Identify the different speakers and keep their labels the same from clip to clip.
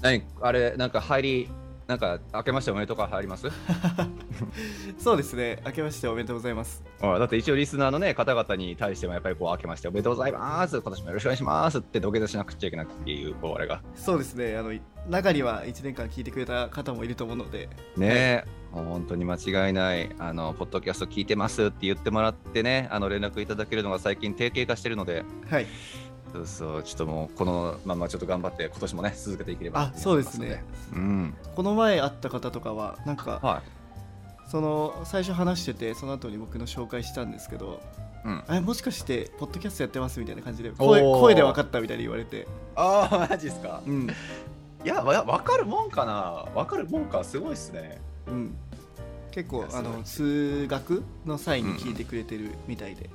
Speaker 1: 何あれなんか入りなんか明けましておめでとうから入ります
Speaker 2: そうですね、明けましておめでとうございます。
Speaker 1: だって一応リスナーのね方々に対してもやっぱりこう明けましておめでとうございます今年もよろしくお願いしますって土下座しなくちゃいけなくていうこうあれが
Speaker 2: そうですね、あのい中には1年間聞いてくれた方もいると思うので、
Speaker 1: ねえ、もう本当に間違いないあのポッドキャスト聞いてますって言ってもらってねあの連絡いただけるのが最近定型化してるので
Speaker 2: はい、
Speaker 1: そうそうちょっともうこのままちょっと頑張って今年もね続けていければ
Speaker 2: あ
Speaker 1: と
Speaker 2: そう
Speaker 1: 思い
Speaker 2: で
Speaker 1: ますの
Speaker 2: ね。
Speaker 1: うん
Speaker 2: この前会った方とかは、なんか、
Speaker 1: は
Speaker 2: その最初話してて、その後に僕の紹介したんですけど、
Speaker 1: い、うん、
Speaker 2: あれ、もしかして、ポッドキャストやってますみたいな感じで、声声で分かったみたいに言われて、
Speaker 1: ああマジっすか
Speaker 2: うん、
Speaker 1: いやわ分かるもんかな分かるもんかすごいっすね
Speaker 2: うん。結
Speaker 1: い
Speaker 2: 構
Speaker 1: や、
Speaker 2: あ
Speaker 1: 素晴
Speaker 2: の
Speaker 1: らしい
Speaker 2: 通学の際に聞いてくれてるみたいで、
Speaker 1: へ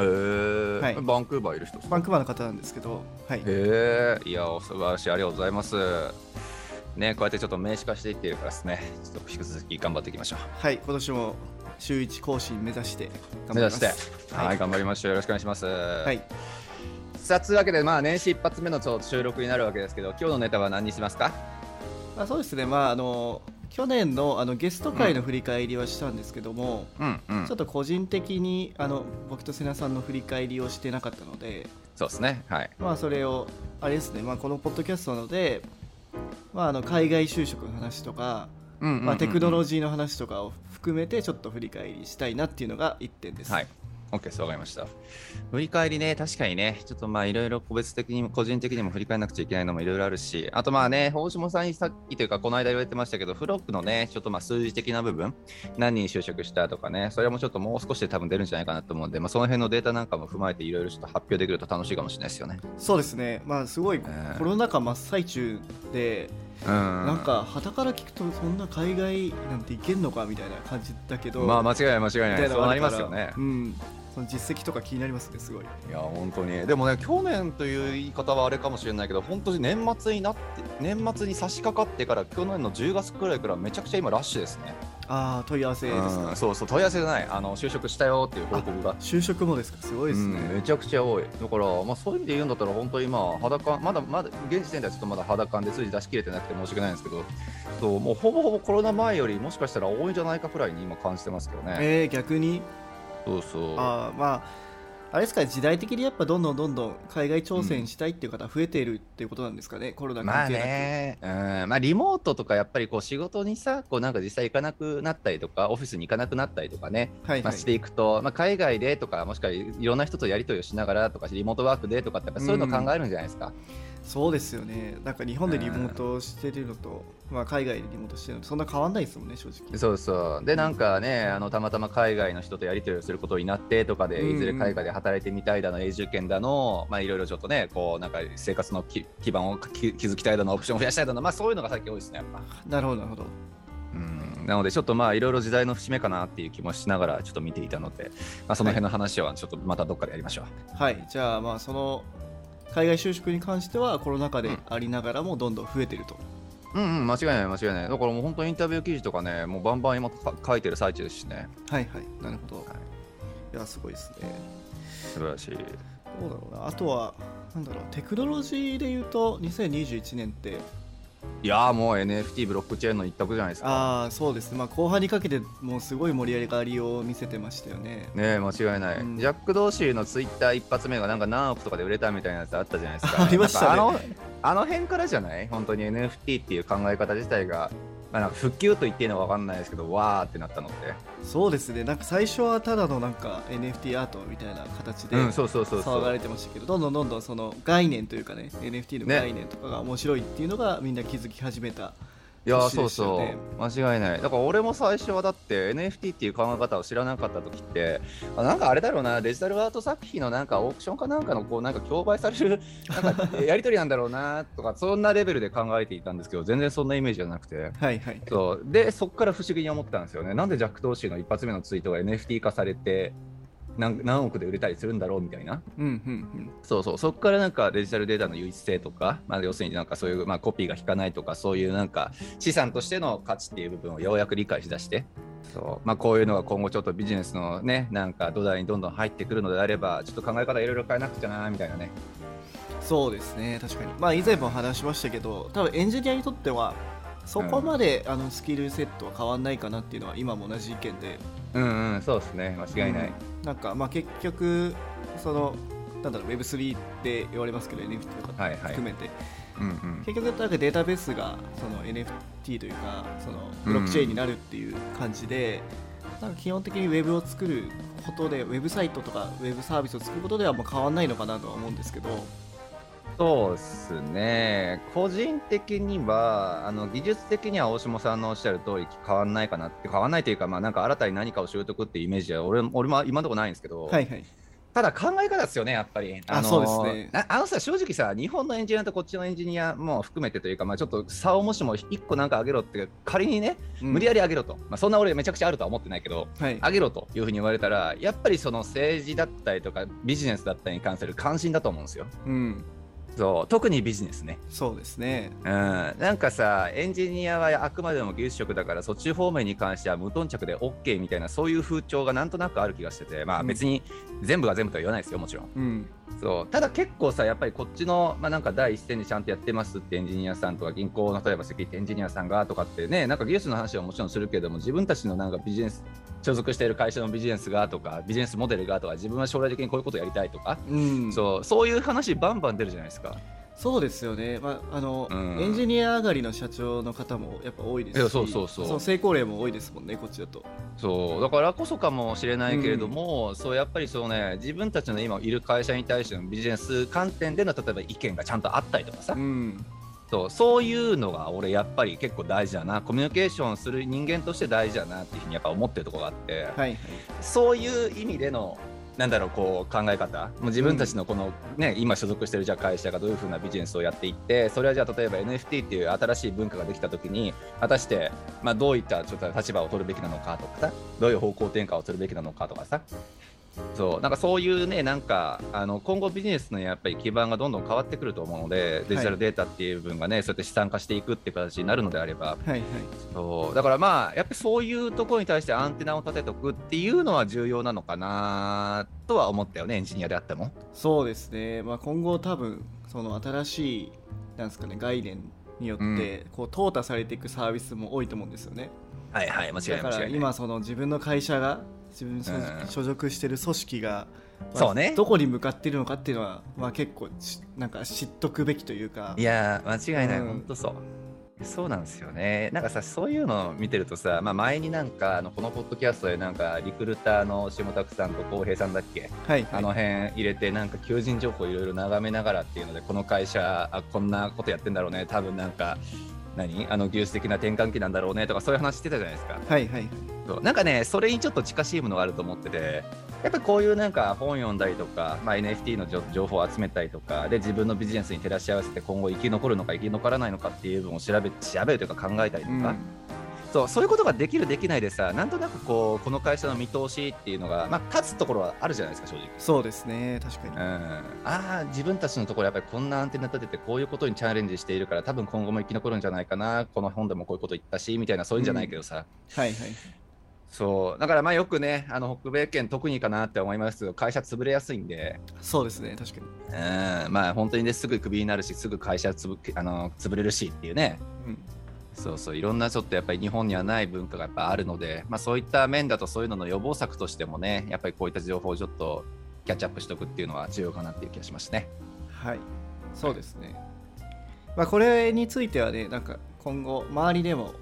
Speaker 1: え
Speaker 2: はい
Speaker 1: バンクーバーいる人
Speaker 2: バンクーバーの方なんですけど、はい、
Speaker 1: へえいやお素晴らしいありがとうございますねこうやってちょっと名刺化していってるからですねちょっと引き続き頑張っていきましょう
Speaker 2: はい、今年も週1更新目指して頑
Speaker 1: 目
Speaker 2: 張りま
Speaker 1: 指
Speaker 2: す。
Speaker 1: してはい、
Speaker 2: はい
Speaker 1: 頑張りましょうよろしくお願いしますは
Speaker 2: はい、
Speaker 1: さあつうわけでまあ年始一発目のちょっと収録になるわけですけど今日のネタは何にしますか
Speaker 2: まあ、そうですね、まあ、あの去年のあのゲスト会の振り返りはしたんですけども、
Speaker 1: うんうん
Speaker 2: ちょっと個人的にあの僕と瀬名さんの振り返りをしてなかったので、
Speaker 1: そうですねはい
Speaker 2: まあ、それを、あれですね、まあ、このポッドキャストなので、まあ、あの海外就職の話とか、まあ、テクノロ
Speaker 1: ジ
Speaker 2: ジーの話とかを含めて、ちょっと振り返りしたいなっていうのが1点です。
Speaker 1: はい、OK ですわかりました振り返りね確かにねちょっとまあいろいろ個別的にも個人的にも振り返らなくちゃいけないのもいろいろあるしあとまあね大下さんにさっきというかこの間言われてましたけどフロックのねちょっとまあ数字的な部分何人就職したとかねそれもちょっともう少しで多分出るんじゃないかなと思うんで、まあ、その辺のデータなんかも踏まえていろいろちょっと発表できると楽しいかもしれないですよね
Speaker 2: そうですね、まあ、すごい
Speaker 1: ん
Speaker 2: コロナ禍真っ最中で、
Speaker 1: うんな
Speaker 2: なんか旗から聞くとそんな海外なんて行けんのかみたいな感じだけど
Speaker 1: まあ間違いない間違い
Speaker 2: み
Speaker 1: な
Speaker 2: た
Speaker 1: い
Speaker 2: いな
Speaker 1: そう
Speaker 2: のが
Speaker 1: な
Speaker 2: あ
Speaker 1: り
Speaker 2: るか
Speaker 1: ま
Speaker 2: ら
Speaker 1: すよね
Speaker 2: うんその実績とか気になりますねすごい
Speaker 1: いや本当にでもね去年という言い方はあれかもしれないけど本当に年末になって年末に差し掛かってから去年の10月くらいからめちゃくちゃ今ラッシュですね、
Speaker 2: ああ問い合わせです
Speaker 1: う
Speaker 2: か
Speaker 1: んそうそう問い合わせじゃないあの就職したよっていう報告が
Speaker 2: 就職もですかすごいですね、
Speaker 1: うんめちゃくちゃ多いだから、まあ、そういう意味で言うんだったら本当に今裸まだまだ現時点ではちょっとまだ裸感で数字出し切れてなくて申し訳ないんですけどそうもうほぼほぼコロナ前よりもしかしたら多いんじゃないかくらいに今感じてますけどね、
Speaker 2: えー逆に
Speaker 1: そうそう
Speaker 2: あーまああれですか時代的にやっぱどんどんどんどん海外挑戦したいっていう方増えているっていうことなんですかね、コロナ
Speaker 1: ま
Speaker 2: 関
Speaker 1: あ
Speaker 2: 係なく、
Speaker 1: ね、うん、まあリモートとかやっぱりこう仕事にさ、こうなんか実際行かなくなったりとか、オフィスに行かなくなったりとかね、
Speaker 2: はい
Speaker 1: ま
Speaker 2: は
Speaker 1: あ
Speaker 2: い
Speaker 1: していくと、まあ海外でとか、もしくはいろんな人とやり取りをしながらとか、リモートワークでとかって、やっぱそういうの考えるんじゃないですか。
Speaker 2: そうですよねなんか日本でリモートしてるのと、まあ、海外でリモートしてるのとそんな変わんないですもんね正直
Speaker 1: そうそう。で、なんかね、あのたまたま海外の人とやり取りをすることになってとかで、
Speaker 2: うんうん
Speaker 1: いずれ海外で働いてみたいだの、永住権だの、まあいろいろちょっとね、こうなんか生活のき基盤をき築きたいだの、オプションを増やしたいだの、まあそういうのが最近多いですね、やっぱ。
Speaker 2: なるほどなるほど
Speaker 1: うんなのでちょっとまあいろいろ時代の節目かなっていう気もしながらちょっと見ていたので、まあ、その辺の話はちょっとまたどっかでやりましょう。
Speaker 2: はいじゃあまあその海外就職に関してはコロナ禍
Speaker 1: う
Speaker 2: で
Speaker 1: ん
Speaker 2: ありながらもどんどん増えてると、
Speaker 1: うんうん間違いない間違いない。だからもう本当インタビュー記事とかねもうバンバン今か書いてる最中ですしね
Speaker 2: はいはいなるほど、
Speaker 1: はい
Speaker 2: い、やすごいですね
Speaker 1: 素晴らしい。
Speaker 2: どうだろうなあとはなんだろうテクノロジーで言うと2021年って
Speaker 1: いやーもう NFT ブロックチェーンの一択じゃないですか。
Speaker 2: ああそうですねまあ後半にかけてもうすごい盛り上がりを見せてましたよね
Speaker 1: ねえ間違いない、
Speaker 2: うん
Speaker 1: ジャック・ドーシーのツイッター一発目がなんか何億とかで売れたみたいな やつあったじゃないですか
Speaker 2: ありましたね
Speaker 1: なんかあのあの辺からじゃない本当に NFT っていう考え方自体が、まあ、なんか普及と言っていいのか分かんないですけどわーってなったのって
Speaker 2: そうですねなんか最初はただのなんか NFT アートみたいな形で
Speaker 1: うんそうそうそうそ
Speaker 2: 騒
Speaker 1: う
Speaker 2: がれてましたけどどんどんどんどんその概念というかね NFT の概念とかが面白いっていうのがみんな気づき始めた
Speaker 1: いやー
Speaker 2: 年
Speaker 1: そ
Speaker 2: で
Speaker 1: う
Speaker 2: したよ
Speaker 1: そ
Speaker 2: ね
Speaker 1: う間違いないだから俺も最初はだって NFT っていう考え方を知らなかった時ってあなんかあれだろうなデジタルアート作品のなんかオークションかなんかのこうなんか競売され るなんかやり取りなんだろうなとかそんなレベルで考えていたんですけど全然そんなイメージじゃなくて
Speaker 2: はいはい
Speaker 1: そうでそこから不思議に思ったんですよねなんでジャック・ドーシーの一発目のツイートが NFT 化されて何何億で売れたりするんだろうみたいな
Speaker 2: うんうん
Speaker 1: そうそうそこからなんかデジタルデータの唯一性とか、まあ、要するになんかそういう、まあ、コピーが引かないとかそういうなんか資産としての価値っていう部分をようやく理解しだしてそう、まあ、こういうのが今後ちょっとビジネスのねなんか土台にどんどん入ってくるのであればちょっと考え方いろいろ変えなくちゃなみたいなね
Speaker 2: うんそうですね確かにまあ以前も話しましたけど多分エンジニアにとってはそこまで、あのスキルセットは変わんないかなっていうのは今も同じ意見で
Speaker 1: うんうんそうですね間違いない、
Speaker 2: うんなんかまあ結局そのなんだろう Web3 って言われますけど NFT とか
Speaker 1: はいはい
Speaker 2: 含めて、
Speaker 1: うんうん
Speaker 2: 結局なんかデータベースがその NFT というかそのブロックチェーンになるっていう感じで、なんか基本的に Web を作ることでウェブサイトとかウェブサービスを作ることではもう変わんないのかなとは思うんですけど
Speaker 1: そうですね個人的にはあの技術的には大下さんのおっしゃる通り変わんないかなって変わんないというかまあなんか新たに何かを習得っていうイメージは俺も俺も今のところないんですけど、
Speaker 2: はいはい
Speaker 1: ただ考え方ですよね、やっぱり。
Speaker 2: あ
Speaker 1: の
Speaker 2: そうですね
Speaker 1: ああのさ、正直さ、日本のエンジニアとこっちのエンジニアも含めてというか、まあ、ちょっと差をもしも1個なんか上げろって、仮にね、無理や
Speaker 2: や
Speaker 1: り上げろと、まあ、そんな俺、めちゃくちゃあるとは思ってないけど、
Speaker 2: り、はい、
Speaker 1: 上げろというふうに言われたら、やっぱりその政治だったりとか、ビジネスだったりに関する関心だと思うんですよ。
Speaker 2: うん
Speaker 1: そう特にビジネスね。
Speaker 2: そうですね
Speaker 1: うん、なんかさ、エンジニアはあくまでも技術職だから、そっち方面に関しては無頓着で OK みたいな、そういう風潮がなんとなくある気がしてて、まあ、
Speaker 2: うん
Speaker 1: 別に全部が全部とは言わないですよ、もちろん。
Speaker 2: うん
Speaker 1: そうただ結構さやっぱりこっちの、まあ、なんか第一線でちゃんとやってますってエンジニアさんとか銀行の例えばセキュリティエンジニアさんがとかってねなんか技術の話はもちろんするけれども自分たちのなんかビジネス所属している会社のビジネスがとかビジネスモデルがとか自分は将来的にこういうことやりたいとか、
Speaker 2: うん
Speaker 1: そうそういう話バンバン出るじゃないですか。
Speaker 2: そうですよね、まああの
Speaker 1: うん
Speaker 2: エンジニア上がりの社長の方もやっぱ多いですし
Speaker 1: いやそうそうそう
Speaker 2: の成功例も多いですもんね、こっちだと。
Speaker 1: そうだからこそかもしれないけれども、そうやっぱりそう、ね、自分たちの今いる会社に対してのビジネス観点での例えば意見がちゃんとあったりとかさ、
Speaker 2: うん、
Speaker 1: そうそういうのが俺やっぱり結構大事だなコミュニケーションする人間として大事だなっていうふうにやっぱ思ってるところがあって、
Speaker 2: はいはい、
Speaker 1: そういう意味でのなんだろうこう考え方もう自分たちのこの、ね、今所属してるじゃあ会社がどういうふうなビジネスをやっていってそれはじゃあ例えば NFT っていう新しい文化ができた時に果たして、まあ、どういったちょっと立場を取るべきなのかとかさどういう方向転換をするべきなのかとかさそうなんかそういうねなんかあの今後ビジネスのやっぱり基盤がどんどん変わってくると思うのでデジタルデータっていう部分がね、そうやって資産化していくっていう形になるのであれば
Speaker 2: はいはい、
Speaker 1: そうだからまあやっぱりそういうところに対してアンテナを立てとくっていうのは重要なのかなとは思ったよねエンジニアであっても。
Speaker 2: そうですね、まあ、今後、多分その新しいなんですか、ね、概念によって、
Speaker 1: うん
Speaker 2: こう淘汰されていくサービスも多いと思うんですよね。
Speaker 1: はいはい間
Speaker 2: だから
Speaker 1: 今
Speaker 2: 今、その自分の会社が、自分の所属
Speaker 1: うん
Speaker 2: 所属してる組織が、まあ
Speaker 1: そうね
Speaker 2: どこに向かっているのかっていうのは、まあ、結構しなんか知っとくべきというか。
Speaker 1: いやー間違いない、
Speaker 2: うん
Speaker 1: ほんとそう。そうなんですよねなんかさそういうのを見てるとさ、まあ、前になんかあのこのポッドキャストでなんかリクルーターの下拓さんと浩平さんだっけ、
Speaker 2: はいはい
Speaker 1: あの辺入れてなんか求人情報いろいろ眺めながらっていうのでこの会社あこんなことやってんだろうね多分なんか何あの技術的な転換期なんだろうねとかそういう話してたじゃないですか。
Speaker 2: はいはいはい
Speaker 1: そうなんかねそれにちょっと近しいものがあると思っててやっぱりこういうなんか本読んだりとか、まあ、NFT の情情報を集めたりとかで自分のビジネスに照らし合わせて今後生き残るのか生き残らないのかっていう部分を調べ調べるというか考えたりと
Speaker 2: うん
Speaker 1: か、そうそういうことができるできないでさなんとなくこうこの会社の見通しっていうのが、まあ、立つところはあるじゃないですか正直。
Speaker 2: そうですね、確かに
Speaker 1: うん、。ああ自分たちのところやっぱりこんなアンテナ立ててこういうことにチャレンジしているから多分今後も生き残るんじゃないかなこの本でもこういうこと言ったしみたいなそういうんじゃないけどさ、
Speaker 2: はいはい。
Speaker 1: そうだからまあよくねあの北米圏特にかなって思いますけど会社潰れやすいんで、
Speaker 2: そうですね、確かに。
Speaker 1: うん、まあ本当にねすぐクビになるしすぐ会社つぶあの潰れるしっていうねそうそういろんなちょっとやっぱり日本にはない文化がやっぱあるので、まあ、そういった面だとそういうのの予防策としてもねやっぱりこういった情報をちょっとキャッチアップしておくっていうのは重要かなっていう気がしますね。
Speaker 2: はい。そうですね。まあ、これについてはね、なんか今後、周りでも、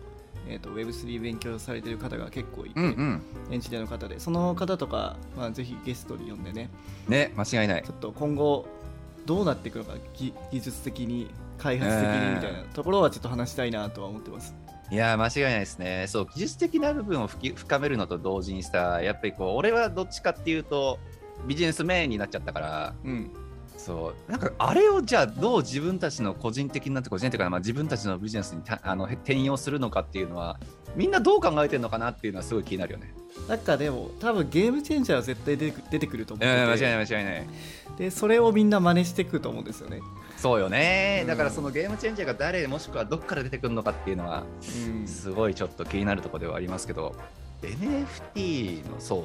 Speaker 2: えー、と Web3 勉強されてる方が結構いて、
Speaker 1: うんうん
Speaker 2: エンジニアの方で、その方とか、まあ、ぜひゲストに呼んでね、
Speaker 1: ね間違いない
Speaker 2: ちょっと今後、どうなっていくのか、ぎ技術的に、開発的
Speaker 1: え
Speaker 2: に
Speaker 1: え
Speaker 2: みたいなところはちょっと話したいなとは思ってます。
Speaker 1: いやー間違いないですねそう技術的な部分をふき深めるのと同時にさやっぱりこう俺はどっちかっていうとビジネスメインになっちゃったから
Speaker 2: うん
Speaker 1: そうなんかあれをじゃあどう自分たちの個人的な個人的な、まあ、自分たちのビジネスにたあのへ転用するのかっていうのはみんなどう考えてるのかなっていうのはすごい気になるよね。
Speaker 2: なんかでも多分ゲームチェンジャーは絶対出てく出てくると思
Speaker 1: うん
Speaker 2: っ
Speaker 1: 間
Speaker 2: て
Speaker 1: 違い
Speaker 2: て
Speaker 1: ない間違いない。
Speaker 2: でそれをみんな真似してくると思うんですよね、
Speaker 1: そうよね
Speaker 2: うん
Speaker 1: だからそのゲームチェンジャーが誰もしくはどっから出てくるのかっていうのは
Speaker 2: うん
Speaker 1: すごいちょっと気になるところではありますけど NFT のそう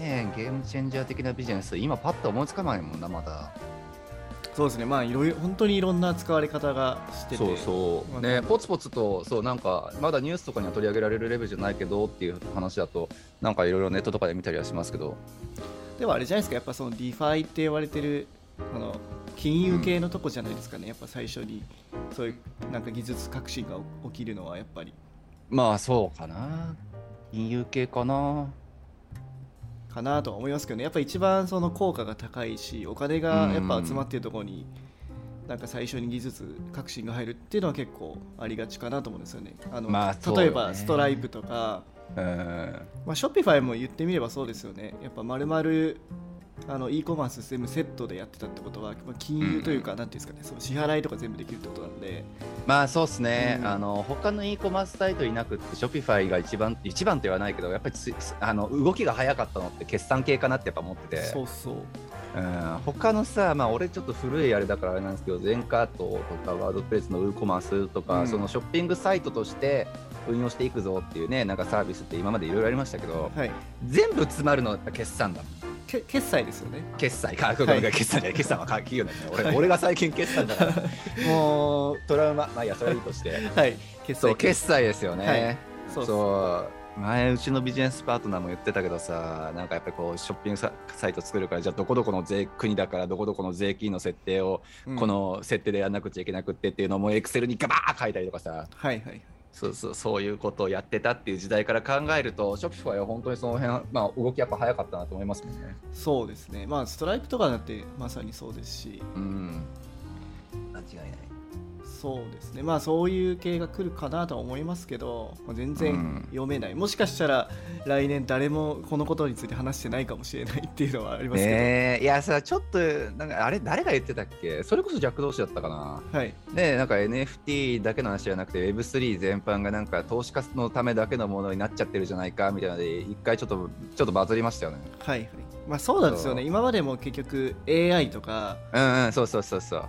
Speaker 1: ねゲームチェンジャー的なビジネス今パッと思いつかないもんなまだ
Speaker 2: そうですねまあいろいろ本当にいろんな使われ方がしてて
Speaker 1: そうそ
Speaker 2: まあ
Speaker 1: うねポツポツとそうなんかまだニュースとかには取り上げられるレベルじゃないけどっていう話だとなんかいろいろネットとかで見たりはしますけど
Speaker 2: でもあれじゃないですかやっぱそのディファイって言われてるあの金融系のとこじゃないですかね、やっぱ最初にそういうなんか技術革新が起きるのはやっぱり
Speaker 1: まあそうかな金融系かな
Speaker 2: かなとは思いますけどねやっぱ一番その効果が高いしお金がやっぱ集まってるところに、なんか最初に技術革新が入るっていうのは結構ありがちかなと思うんですよね。あの
Speaker 1: まあそうよね
Speaker 2: 例えばストライプとか、
Speaker 1: うん
Speaker 2: まあ、ショッピファイも言ってみればそうですよね。やっぱ丸々あの e コマース全部セットでやってたってことは、まあ、金融というか、なんていうんですかね、その支払いとか全部できるってことなんで、
Speaker 1: まあそうですね、
Speaker 2: うん
Speaker 1: あの他の e コマースサイトいなくって、ショピファイが一番一番って言わないけど、やっぱりつあの動きが早かったのって、決算系かなってやっぱ思ってて、
Speaker 2: そうそう。
Speaker 1: うん他のさ、まあ、俺ちょっと古いあれだからあれなんですけど、ゼンカートとか、ワードプレスの e コマースとか、
Speaker 2: うん
Speaker 1: そのショッピングサイトとして運用していくぞっていうね、なんかサービスって今までいろいろありましたけど、
Speaker 2: はい、
Speaker 1: 全部詰まるのはやっぱ決算だもん
Speaker 2: け決済ですよね。
Speaker 1: 決済か、ごめんごめん決算じゃない、決算は企業なんだよ
Speaker 2: は
Speaker 1: 俺
Speaker 2: い
Speaker 1: 俺が最近決算だから、も うトラウマ、まあいいや、それはいいとして。
Speaker 2: はい、決
Speaker 1: そう
Speaker 2: 済。
Speaker 1: 決済ですよね、
Speaker 2: はい
Speaker 1: そ
Speaker 2: そううそう
Speaker 1: 前うちのビジネスパートナーも言ってたけどさなんかやっぱりこうショッピングササイト作るからじゃあどこどこの税国だからどこどこの税金の設定を
Speaker 2: うん
Speaker 1: こ、の設定でやらなくちゃいけなくってっていうのもエクセルにガバー書いたりとかさ
Speaker 2: はいはい。
Speaker 1: そうそうそういうことをやってたっていう時代から考えるとショッピファイは本当にその辺、まあ、動きやっぱ早かったなと思いますけどね。
Speaker 2: そうですね。まあ、ストライプとかだってまさにそうですし、
Speaker 1: うん間違いない
Speaker 2: そうですね。まあ、そういう系が来るかなとは思いますけど、まあ
Speaker 1: う
Speaker 2: 全
Speaker 1: ん
Speaker 2: 然読めない。もしかしたら、来年誰もこのことについて話してないかもしれないっていうのはありますけど、
Speaker 1: ねえいやさちょっとなんかあれ誰が言ってたっけそれこそ弱同士だったかな
Speaker 2: はい。
Speaker 1: ね、なんか NFT だけの話じゃなくて Web3 全般がなんか投資家のためだけのものになっちゃってるじゃないかみたいなので一回ちょっとちょっとバズりましたよね
Speaker 2: はいはいまあそうなんですよね
Speaker 1: そう
Speaker 2: 今までも結局 AI とか、
Speaker 1: うんうんそうそうそうそう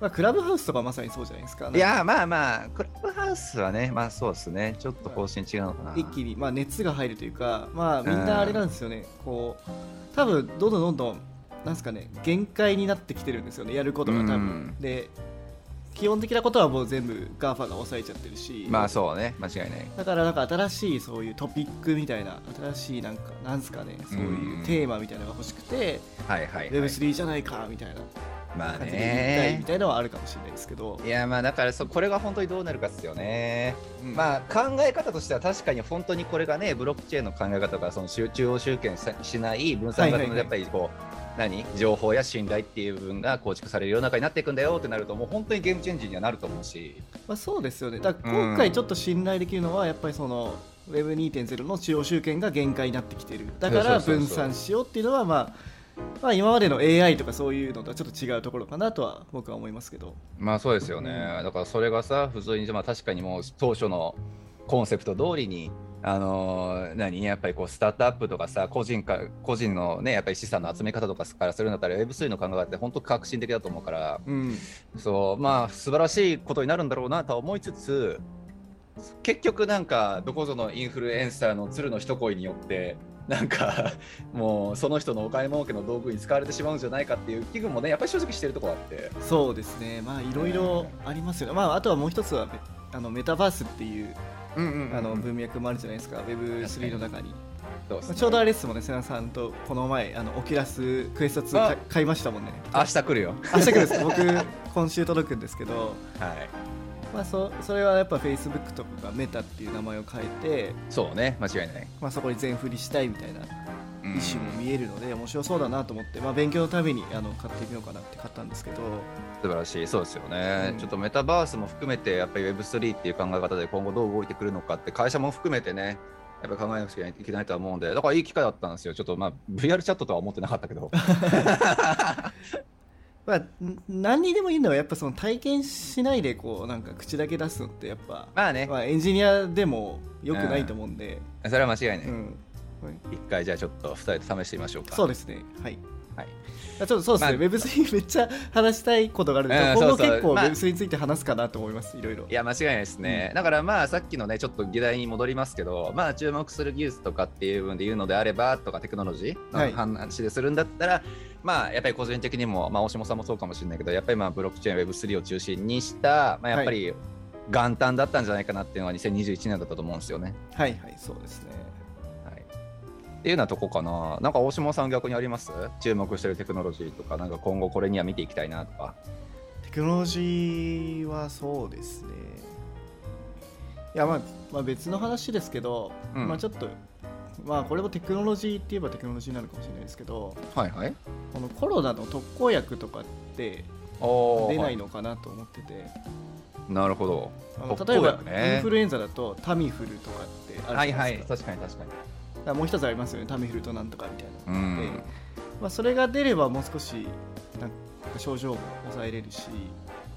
Speaker 2: まあ、クラブハウスとかまさにそうじゃないですか
Speaker 1: いやーまあまあクラブハウスはねまあそうですねちょっと方針違うのかな
Speaker 2: 一気に、まあ、熱が入るというかまあみんなあれなんですよねこう多分どんどんどんどんなんですかね限界になってきてるんですよねやることが多分、
Speaker 1: うん
Speaker 2: で基本的なことはもう全部 GAFA が抑えちゃってるし
Speaker 1: まあそうね間違いない
Speaker 2: だからなんか新しいそういうトピックみたいな新しいなんかなんですかねそういうんうテーマみたいなのが欲しくて、
Speaker 1: はいはい、はい、
Speaker 2: Web3 じゃないかみたいな
Speaker 1: まあ
Speaker 2: 感じで言いたい
Speaker 1: ね
Speaker 2: みたいなのはあるかもしれないですけど、
Speaker 1: いやまあだからそこれが本当にどうなるかっすよね
Speaker 2: うん
Speaker 1: まあ、考え方としては確かに本当にこれがねブロックチェーンの考え方がその集中央集権さしない分散型
Speaker 2: はい
Speaker 1: の
Speaker 2: はいはい
Speaker 1: やっぱりこう、何情報や信頼っていう部分が構築される世の中になっていくんだよってなるともう本当にゲームチェンジにはなると思うし
Speaker 2: まあ、そうですよねだから今回ちょっと信頼できるのはやっぱりその Web2.0 の中央集権が限界になってきてるだ
Speaker 1: そ
Speaker 2: か
Speaker 1: う
Speaker 2: ら
Speaker 1: そうそうそう
Speaker 2: 分散しようっていうのはまあまあ今までの AI とかそういうのとはちょっと違うところかなとは僕は思いますけど
Speaker 1: まあそうですよね、
Speaker 2: うん
Speaker 1: だからそれがさ普通にまあ確かにもう当初のコンセプト通りにあのー何やっぱりこうスタートアップとかさ個人か個人のねやっぱり資産の集め方とかからするんだったら Web3 の考え方って本当革新的だと思うから
Speaker 2: うん
Speaker 1: そうまあ素晴らしいことになるんだろうなとは思いつつ結局なんかどこぞのインフルエンサーの鶴の一声によってなんか もうその人のお金儲けの道具に使われてしまうんじゃないかっていう危惧もねやっぱり正直してるとこあって
Speaker 2: そうですねまあいろいろありますよねまああとはもう一つはメあのメタバースっていう
Speaker 1: あ
Speaker 2: あの
Speaker 1: の
Speaker 2: 文脈もあるじゃないですか Web3 の中に
Speaker 1: どうす
Speaker 2: まあ
Speaker 1: る
Speaker 2: ちょうどあれですもんね瀬名さんとこの前あのオキュラスクエスト2
Speaker 1: あ
Speaker 2: 買い買いましたもんね
Speaker 1: 明日来るよ
Speaker 2: 明日来るんです僕今週届くんですけど
Speaker 1: はい
Speaker 2: まあ、そそれはやっぱ Facebook とかがメタっていう名前を変えて、
Speaker 1: そうね間違いない、
Speaker 2: まあ、そこに全振りしたいみたいな
Speaker 1: うん
Speaker 2: 意思も見えるので面白そうだなと思って、まあ、勉強のためにあの買ってみようかなって買ったんですけど
Speaker 1: 素晴らしいそうですよね、
Speaker 2: うん
Speaker 1: ちょっとメタバースも含めてやっぱり Web3 っていう考え方で今後どう動いてくるのかって会社も含めてねやっぱり考えなくちゃいけないとは思うんでだからいい機会だったんですよちょっとまあ VR チャットとは思ってなかったけど
Speaker 2: まあ、ん何にでもいいのはやっぱその体験しないでこうなんか口だけ出すのってやっぱ、
Speaker 1: まあね
Speaker 2: まあ、エンジニアでも良くないと思うんで、
Speaker 1: それは間違いな
Speaker 2: う
Speaker 1: い、
Speaker 2: ん
Speaker 1: 一回じゃあちょっと2人で試してみましょうか
Speaker 2: そうですねはい
Speaker 1: はい
Speaker 2: あちょっとそうですね、
Speaker 1: まあ
Speaker 2: Web3 めっちゃ話したいことがあるんで、
Speaker 1: うん
Speaker 2: 今後
Speaker 1: そうそう
Speaker 2: 結構
Speaker 1: まあ
Speaker 2: Web3 について話すかなと思います、いろいろ
Speaker 1: いや間違いないですね、だからまあさっきのねちょっと議題に戻りますけどまあ注目する技術とかっていう部分で言うのであればとかテクノロジ
Speaker 2: は
Speaker 1: ー
Speaker 2: い
Speaker 1: の話でするんだったら、まあやっぱり個人的にもまあ大島さんもそうかもしれないけどやっぱりまあブロックチェーン Web3 を中心にした、まあ、やっぱり元旦だったんじゃないかなっていうのは2021年だったと思うんですよね。
Speaker 2: はいはいそうですね
Speaker 1: はいっていうようなとこかな。なんか大島さん逆にあります注目してるテクノロジーとか、なんか今後これには見ていきたいなとか。
Speaker 2: テクノロジーはそうですねいやまあ、まあ、別の話ですけど、
Speaker 1: うん
Speaker 2: まあちょっとまあこれもテクノロジーって言えばテクノロジーなのかもしれないですけど
Speaker 1: はいはい。
Speaker 2: このコロナの特効薬とかって
Speaker 1: おー
Speaker 2: 出ないのかなと思ってて、
Speaker 1: なるほど。
Speaker 2: あの
Speaker 1: 特効
Speaker 2: 例えば
Speaker 1: 薬ね
Speaker 2: インフルエンザだとタミフルとかってあ
Speaker 1: は
Speaker 2: る
Speaker 1: い
Speaker 2: じゃな
Speaker 1: はいい
Speaker 2: です。か,、
Speaker 1: 確かに確かに。
Speaker 2: もう一つありますよねタミフルとなんとかみたいな、
Speaker 1: うん。
Speaker 2: まあ、それが出ればもう少しなんか症状も抑えれる し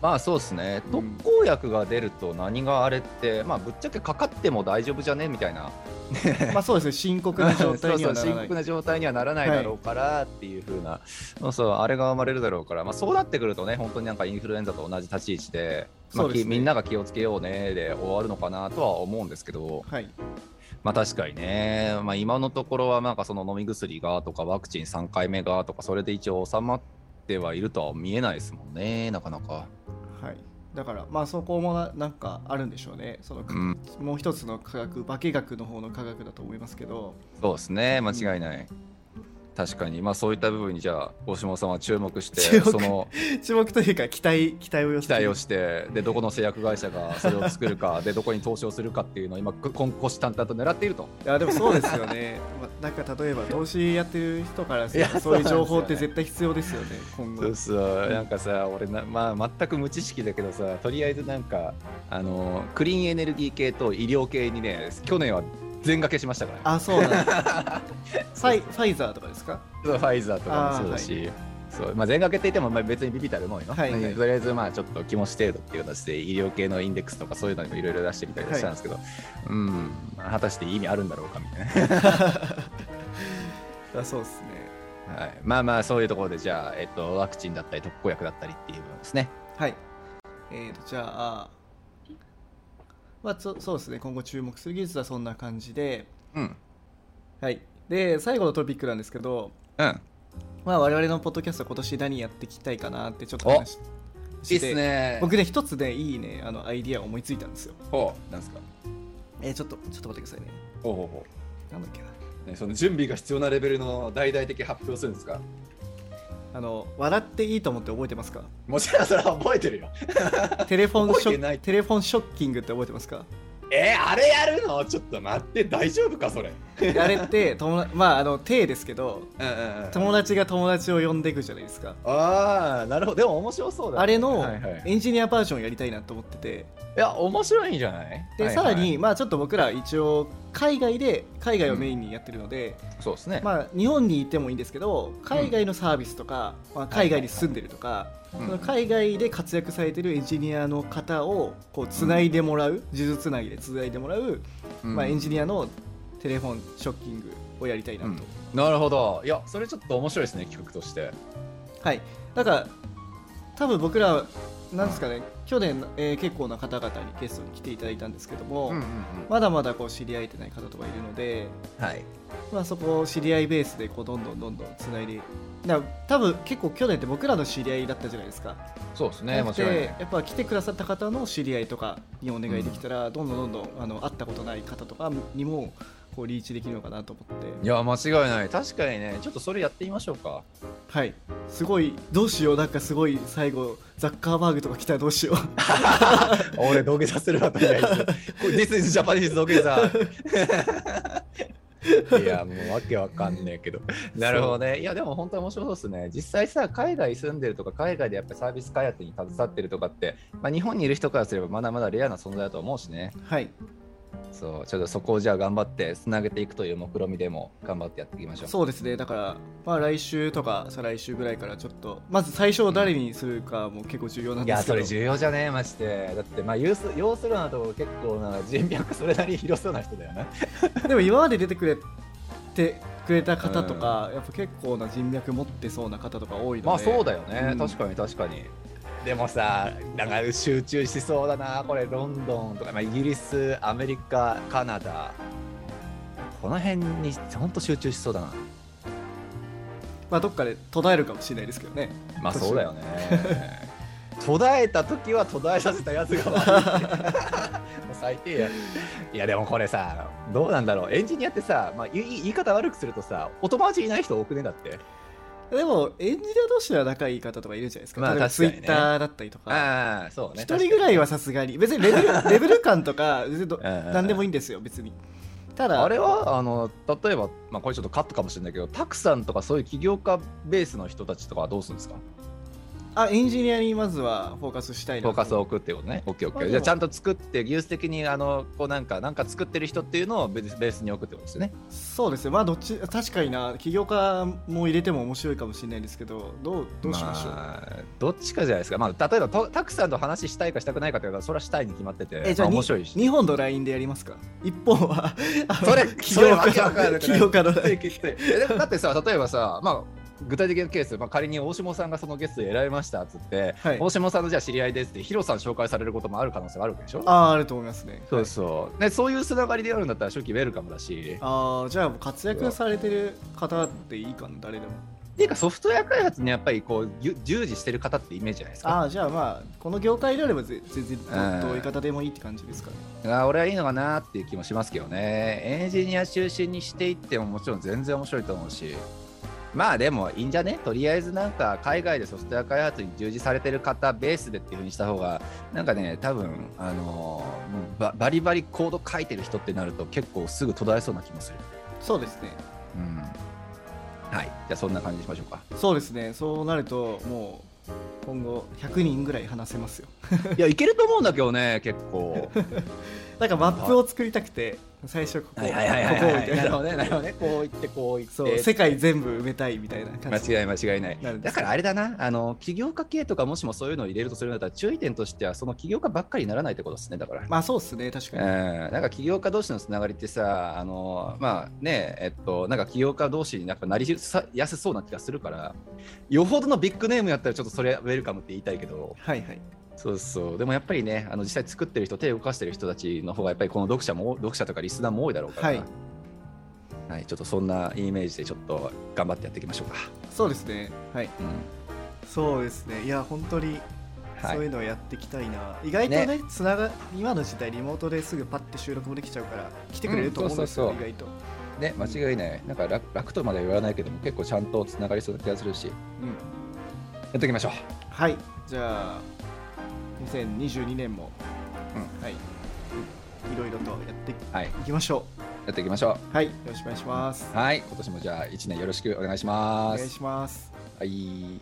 Speaker 1: まあそうですね
Speaker 2: う
Speaker 1: 特
Speaker 2: ん
Speaker 1: 効薬が出ると何があれって、まあぶっちゃけかかっても大丈夫じゃねみたいな
Speaker 2: まあ そうですね深刻な状 態にはな
Speaker 1: そうそう深
Speaker 2: らない
Speaker 1: 刻な状態にはならないだろうからっていう風な、そうそうあれが生まれるだろうから、まあ、そうなってくるとね本当になんかインフルエンザと同じ立ち位置で,、まあ
Speaker 2: そうですね
Speaker 1: きみんなが気をつけようねで終わるのかなとは思うんですけど、
Speaker 2: はい
Speaker 1: まあ確かにね、まあ、今のところはなんかその飲み薬がとかワクチン3回目がとかそれで一応収まってはいるとは見えないですもんねなかなか。
Speaker 2: はいだからまあそこもななんかあるんでしょうねその、
Speaker 1: うん
Speaker 2: もう一つの科学化学の方の科学だと思いますけど
Speaker 1: そうですね、間違いない。確かに、まあ、そういった部分にじゃあ、大島さんは注目して
Speaker 2: 注、目
Speaker 1: その
Speaker 2: 注目というか期待期待を寄
Speaker 1: 期
Speaker 2: せて
Speaker 1: 待をして、で、どこの製薬会社がそれを作るか、で、どこに投資をするかっていうのを今、こ今虎視眈々と狙っていると。
Speaker 2: いやでもそうですよね、 まあ、なんか例えば投資やってる人からする
Speaker 1: い
Speaker 2: と
Speaker 1: や
Speaker 2: そういう情報
Speaker 1: そう
Speaker 2: っ
Speaker 1: なん
Speaker 2: て
Speaker 1: ですよね
Speaker 2: 絶対必要ですよね今後
Speaker 1: そう、なんかさ、俺な、まあ、全く無知識だけどさ、とりあえずなんか、あの、クリーンエネルギー系と医療系にね、去年は全掛けしましたから、
Speaker 2: あそうなんだ ファイファイザーとかですか
Speaker 1: そうファイザーとかもそうだし、そうまあ、全額って言ってもまあ別にビビたるもんよ、
Speaker 2: はいはい
Speaker 1: ねとりあえずまあちょっと気持ち程度っていう形で医療系のインデックスとかそういうのにもいろいろ出してみたりしたんですけど、うんまあ果たして意味あるんだろうかみたい
Speaker 2: あそうですね
Speaker 1: な、はい、まあまあそういうところでじゃあ、えっと、ワクチンだったり特効薬だったりっていう部分ですね
Speaker 2: はいえー、とじゃあまあそそうですね今後注目する技術はそんな感じで
Speaker 1: うん
Speaker 2: はいで最後のトピックなんですけど
Speaker 1: うん
Speaker 2: まあ我々のポッドキャスト今年何やっていきたいかなってちょっと話し
Speaker 1: い
Speaker 2: して
Speaker 1: いっすね
Speaker 2: 僕ね一つねいいねあのアイディアを思いついたんですよ
Speaker 1: ほうなんですか
Speaker 2: えー、ちょっとちょっと待ってくださいね
Speaker 1: ほうほうほ
Speaker 2: なんだっけな
Speaker 1: う、ね、その準備が必要なレベルの大々的発表するんですか
Speaker 2: あの笑っていいと思って覚えてますか
Speaker 1: もちろんそれは覚えてるよ
Speaker 2: テレフォンシ
Speaker 1: 覚えてな
Speaker 2: ョ
Speaker 1: い
Speaker 2: テレフォンショッキングって覚えてますか
Speaker 1: えー、あれやるのちょっと待って大丈夫かそれ
Speaker 2: あれって友 達まああの手ですけど
Speaker 1: うんうんうん
Speaker 2: 友達が友達を呼んでいくじゃないですか
Speaker 1: ああなるほどでも面白そうだね
Speaker 2: あれの
Speaker 1: はいはい、
Speaker 2: エンジニアバージョンやりたいなと思ってて
Speaker 1: いや面白いんじゃない
Speaker 2: で
Speaker 1: はい
Speaker 2: さ
Speaker 1: はい
Speaker 2: らにまあちょっと僕ら一応海外で海外をメインにやってるので
Speaker 1: そうですね、
Speaker 2: まあ日本にいてもいいんですけど海外のサービスとかまあ海外に住んでるとか
Speaker 1: うん
Speaker 2: その海外で活躍されてるエンジニアの方をこうつないでもらう技術つなぎでつないでもらう
Speaker 1: うん
Speaker 2: まあ、エンジニアのテレフォンショッキングをやりたいなと、
Speaker 1: うんなるほどいやそれちょっと面白いですね企画として
Speaker 2: はいだから多分僕らなんですかね去年、えー結構な方々にゲストに来ていただいたんですけども、まだまだこう知り合えてない方とかいるので、
Speaker 1: はい
Speaker 2: まあ、そこを知り合いベースでこうどんどんどんどんつないでだから多分結構去年って僕らの知り合いだったじゃないですか、
Speaker 1: そうです
Speaker 2: な
Speaker 1: ね
Speaker 2: の
Speaker 1: もち
Speaker 2: で
Speaker 1: ろんね
Speaker 2: やっぱ来てくださった方の知り合いとかにお願いできたら、どんどんどんどんあの会ったことない方とかにもこうリーチできるのかなと思って
Speaker 1: いや間違いない確かにねちょっとそれやってみましょうか
Speaker 2: はい、すごいどうしようなんかすごい最後ザッカーバーグとか来たらどうし よう
Speaker 1: 俺土下座するわとりあえずこれ This is Japanese 土下座 いやもうわけわかんねえけどなるほどねいやでも本当は面白そうですね実際さ海外住んでるとか海外でやっぱりサービス開発に携わってるとかって、まあ、日本にいる人からすればまだまだレアな存在だと思うしね
Speaker 2: はい
Speaker 1: そうちょっとそこをじゃあ頑張ってつなげていくという目論みでも頑張ってやっていきましょう
Speaker 2: そうですねだから、まあ、来週とか再来週ぐらいからちょっとまず最初を誰にするかも結構重要なん
Speaker 1: い
Speaker 2: で
Speaker 1: や
Speaker 2: すけ
Speaker 1: そ
Speaker 2: ど、
Speaker 1: れ重要じゃねえましてだってまあ要す要するなと結構な人脈それなりに広そうな人だよね
Speaker 2: でも今まで出てくれてくれた方とか、やっぱ結構な人脈持ってそうな方とか多いので
Speaker 1: まあそうだよね、
Speaker 2: うん
Speaker 1: 確かに確かにでもさなんか集中しそうだなこれロンドンとか、まあ、イギリスアメリカカナダこの辺にほんと集中しそうだな
Speaker 2: まあどっかで途絶えるかもしれないですけどね
Speaker 1: まあ
Speaker 2: 確かに
Speaker 1: そうだよね 途絶えた時は途絶えさせたやつが 悪いもう最低やいやでもこれさどうなんだろうエンジニアってさ、まあ、言い言い方悪くするとさお友達いない人多くねだって
Speaker 2: でもエンジニア同士では仲いい方とかいるじゃないですか,、
Speaker 1: まあ
Speaker 2: ツイ
Speaker 1: 確かにね
Speaker 2: ッターだったりとか
Speaker 1: ああそうね
Speaker 2: 一人ぐらいはさすがに別にレベルレベル感とか全然ど
Speaker 1: うんうんうん
Speaker 2: 何でもいいんですよ別にただ
Speaker 1: あれはあの例えば、まあ、これちょっとカットかもしれないけど、タクさんとかそういう起業家ベースの人たちとかはどうするんですか
Speaker 2: あエンジニアにまずはフォーカスしたいな
Speaker 1: フォーカスを
Speaker 2: を
Speaker 1: 置くっていうことね。オッケーオッ
Speaker 2: あ
Speaker 1: ケ
Speaker 2: で
Speaker 1: ー。じ
Speaker 2: も
Speaker 1: ゃあちゃんと作って、技術的にあのこうなんかなんか作ってる人っていうのをベースに置くってことですよね。
Speaker 2: そうですねまあどっち確かにな起業家も入れても面白いかもしれないですけどどうどうしましょう、
Speaker 1: まあどっちかじゃないですか。まあ、例えばとタクさんと話したいかしたくないかって言ったら、それはしたいに決まってて、
Speaker 2: えじゃ
Speaker 1: ま
Speaker 2: あ、
Speaker 1: あ
Speaker 2: に
Speaker 1: 面白いし。
Speaker 2: 2本の LINE でやりますか一本はあの
Speaker 1: それ
Speaker 2: 起
Speaker 1: それ
Speaker 2: 業
Speaker 1: わけわかんなくな
Speaker 2: 家起
Speaker 1: い
Speaker 2: 業家の
Speaker 1: きついきついえでもだってさ例えばさ、まあ、具体的なケース、まあ、仮に大下さんがそのゲストで選びましたっつって、
Speaker 2: はい
Speaker 1: 大下さんのじゃあ知り合いですってヒロさん紹介されることもある可能性があるわけでしょ
Speaker 2: あああると思いますね
Speaker 1: そうそう、ね、そういうつながりであるんだったら初期ウェルカムだし
Speaker 2: ああじゃあ活躍されてる方っていいかな誰でも
Speaker 1: っていうかソフトウェア開発にやっぱりこうぎゅ従事してる方ってイメージじゃないですか
Speaker 2: ああじゃあまあこの業界であればぜ全然
Speaker 1: うん
Speaker 2: どどういう方でもいいって感じですかね
Speaker 1: あ俺はいいのかなっていう気もしますけどねエンジニア中心にしていってももちろん全然面白いと思うしまあでもいいんじゃねとりあえずなんか海外でソフトウェア開発に従事されてる方ベースでっていう風にした方がなんかね多分あのーババリバリコード書いてる人ってなると結構すぐ途絶えそうな気もする
Speaker 2: そうですね
Speaker 1: うんはいじゃあそんな感じにしましょうか
Speaker 2: そうですねそうなるともう今後100人ぐらい話せますよ
Speaker 1: いやいけると思うんだけどね結 構
Speaker 2: なんかマップを作りたくて最初ここここみた
Speaker 1: ないるほ
Speaker 2: な
Speaker 1: どねなるほどねこう言ってこう言って
Speaker 2: そう世界全部埋めたいみたいな 感じ
Speaker 1: 間違い間違いない
Speaker 2: なるんで
Speaker 1: だ
Speaker 2: す
Speaker 1: からあれだなあの起業家系とかもしもそういうのを入れるとするんだったら注意点としてはその起業家ばっかりにならないってことですねだから、
Speaker 2: まあそうですね確かに
Speaker 1: うん、なんか起業家同士のつながりってさあのまあねえっとなんか起業家同士になんかなりさやすそうな気がするからよほどのビッグネームやったらちょっとそれウェルカムって言いたいけど
Speaker 2: はいはい
Speaker 1: そうそうでもやっぱりねあの実際作ってる人手を動かしてる人たちの方がやっぱりこの読者も読者とかリスナーも多いだろうから、
Speaker 2: はい
Speaker 1: はい、ちょっとそんなイメージでちょっと頑張ってやっていきましょうか。
Speaker 2: そうですねはい
Speaker 1: うん
Speaker 2: そうですねいや本当に
Speaker 1: はい
Speaker 2: そういうのをやっていきたいな、意外とねつなが今の時代リモートですぐパッて収録もできちゃうから来てくれると思うんです
Speaker 1: うん
Speaker 2: よ、
Speaker 1: そうそう
Speaker 2: 意外と
Speaker 1: ね、間違いない。なんか楽楽とまでは言わないけども、結構ちゃんとつながりそうな気がするし、や
Speaker 2: うん
Speaker 1: っていきましょう。
Speaker 2: はいじゃあ2022年も、
Speaker 1: う
Speaker 2: はいいろいろとやってい
Speaker 1: はい、
Speaker 2: きましょ
Speaker 1: やっていきましょ
Speaker 2: うはいよろしくお願いします
Speaker 1: う。はい、今年もじゃあ1年よろしくお願いし
Speaker 2: お
Speaker 1: ま
Speaker 2: 願
Speaker 1: す。
Speaker 2: いします
Speaker 1: はい。